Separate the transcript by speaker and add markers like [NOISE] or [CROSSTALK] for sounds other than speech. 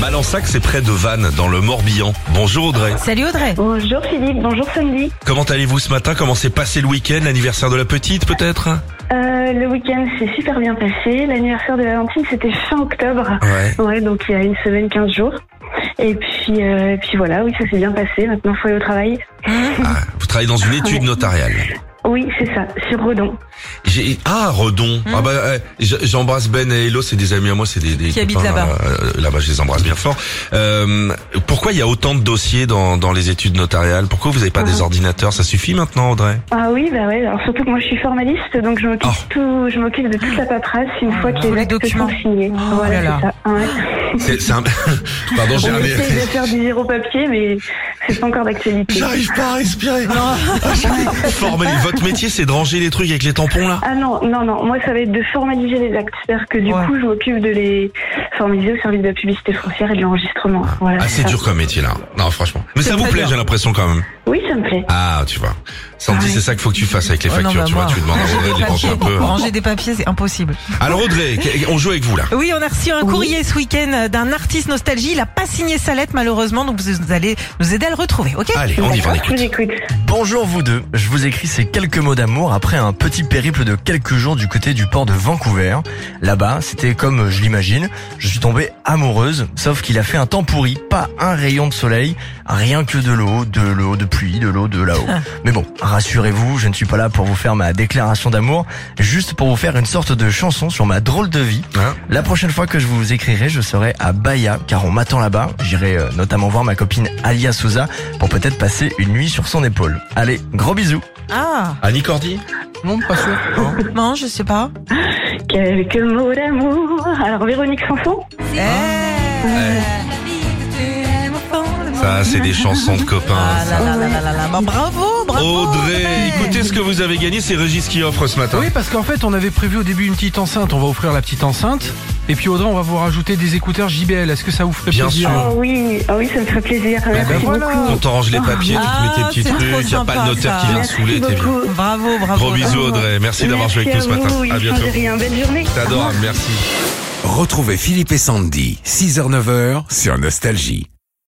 Speaker 1: Valensac, c'est près de Vannes, dans le Morbihan. Bonjour Audrey.
Speaker 2: Salut Audrey.
Speaker 3: Bonjour Philippe, bonjour Sandy.
Speaker 1: Comment allez-vous ce matin Comment s'est passé le week-end L'anniversaire de la petite peut-être
Speaker 3: Euh, le week-end s'est super bien passé. L'anniversaire de Valentine, c'était fin octobre.
Speaker 1: Ouais.
Speaker 3: Ouais, donc il y a une semaine, 15 jours. Et puis, euh, et puis voilà, oui, ça s'est bien passé. Maintenant, faut aller au travail.
Speaker 1: Ah, vous travaillez dans une étude notariale.
Speaker 3: Oui, c'est ça, sur Redon.
Speaker 1: J'ai- Ah, Redon.
Speaker 2: Hmm.
Speaker 1: Ah bah, euh, j- j'embrasse Ben et Hello, c'est des amis à moi, c'est des, des
Speaker 2: Qui habitent
Speaker 1: copains,
Speaker 2: là-bas.
Speaker 1: euh, là-bas, je les embrasse bien fort. Euh, pourquoi il y a autant de dossiers dans, dans les études notariales Pourquoi vous n'avez pas des ordinateurs Ça suffit maintenant, Audrey
Speaker 3: Ah oui, bah ouais. Alors surtout que moi, je suis formaliste, donc je m'occupe
Speaker 1: Oh.
Speaker 3: tout, je m'occupe de toute la paperasse une fois que
Speaker 2: Ah. Tous les
Speaker 3: les actes
Speaker 2: documents.
Speaker 3: sont signés.
Speaker 2: Oh
Speaker 3: voilà,
Speaker 2: là
Speaker 3: c'est
Speaker 2: là.
Speaker 3: ça. Ouais.
Speaker 1: C'est c'est un... [LAUGHS] Pardon, j'ai
Speaker 3: On
Speaker 1: un...
Speaker 3: essaye de faire du zéro papier, mais c'est pas encore d'actualité.
Speaker 1: J'arrive pas à respirer. Ah, j'arrive. Formel- Votre métier, c'est de ranger les trucs avec les tampons là
Speaker 3: Ah non, non, non. Moi, ça va être de formaliser les actes. C'est-à-dire que du
Speaker 2: Ouais.
Speaker 3: coup, je m'occupe de les formaliser au service de la publicité foncière et de l'enregistrement. Voilà.
Speaker 1: Ah, c'est
Speaker 3: ça.
Speaker 1: dur comme métier là. Non, franchement. Mais
Speaker 2: C'est
Speaker 1: ça vous
Speaker 2: très
Speaker 1: plaît,
Speaker 2: dur.
Speaker 1: j'ai l'impression quand même.
Speaker 3: Oui, ça me plaît.
Speaker 1: Ah, tu vois. Sandy,
Speaker 3: Ouais.
Speaker 1: c'est ça qu'il faut que tu fasses avec les
Speaker 2: Oh,
Speaker 1: factures,
Speaker 2: non, bah,
Speaker 1: tu vois.
Speaker 2: moi,
Speaker 1: Tu demandes à
Speaker 2: [LAUGHS]
Speaker 1: Audrey de
Speaker 2: Ranger des
Speaker 1: dépenser un
Speaker 2: papiers-
Speaker 1: peu. hein.
Speaker 2: Ranger des papiers, c'est impossible.
Speaker 1: Alors Audrey, qu- on joue avec vous là.
Speaker 2: Oui, on a reçu un courrier ce week-end d'un artiste nostalgie. Il a pas signé sa lettre, malheureusement, donc vous allez nous aider à le retrouver, ok
Speaker 1: Allez, Ah, on y va, on
Speaker 3: D'accord, je
Speaker 1: écoute.
Speaker 3: vous écoute.
Speaker 4: Bonjour vous deux, je vous écris ces quelques mots d'amour après un petit périple de quelques jours du côté du port de Vancouver. Là-bas, c'était comme je l'imagine, je suis tombée amoureuse, sauf qu'il a fait un temps pourri, pas un rayon de soleil, rien que de l'eau, de l'eau de pluie, de l'eau de là-haut. Mais bon, rassurez-vous, je ne suis pas là pour vous faire ma déclaration d'amour, juste pour vous faire une sorte de chanson sur ma drôle de vie.
Speaker 1: Hein
Speaker 4: La prochaine fois que je vous écrirai, je serai à Bahia, car on m'attend là-bas. J'irai euh, notamment voir ma copine Alia Souza pour peut-être passer une nuit sur son épaule. Allez, gros bisous
Speaker 2: Ah,
Speaker 1: Annie Cordy
Speaker 4: Non, pas sûr.
Speaker 2: non, je sais pas.
Speaker 3: Quelques mots d'amour. Alors, Véronique Sanson
Speaker 2: Eh.
Speaker 1: Ça, c'est des chansons de copains.
Speaker 2: Ah là là là là là là. Bah, Bravo, bravo.
Speaker 1: Audrey, écoutez ce que vous avez gagné, c'est Régis qui offre ce matin.
Speaker 5: Oui, parce qu'en fait, on avait prévu au début une petite enceinte. On va offrir la petite enceinte. Et puis Audrey, on va vous rajouter des écouteurs JBL. Est-ce que ça vous ferait
Speaker 1: Bien Eh
Speaker 5: plaisir
Speaker 1: sûr.
Speaker 3: Oh oui, oh, oui, ça me ferait plaisir. Merci
Speaker 5: ben voilà.
Speaker 3: beaucoup.
Speaker 1: On t'arrange les papiers,
Speaker 2: Ah,
Speaker 1: tu te mets tes petits
Speaker 2: c'est trop
Speaker 1: trucs, y a pas
Speaker 2: sympa,
Speaker 1: le notaire
Speaker 2: ça.
Speaker 1: qui vient te
Speaker 3: Merci
Speaker 1: saouler, t'es bien.
Speaker 3: beaucoup.
Speaker 2: Bravo, bravo.
Speaker 1: Gros bisous Audrey, merci d'avoir joué avec nous ce
Speaker 3: Merci à
Speaker 1: matin.
Speaker 3: vous,
Speaker 1: À
Speaker 3: il
Speaker 1: bientôt.
Speaker 3: change rien. Belle journée.
Speaker 1: C'est adorable, merci.
Speaker 6: Retrouvez Philippe et Sandy, 6h-9h sur Nostalgie.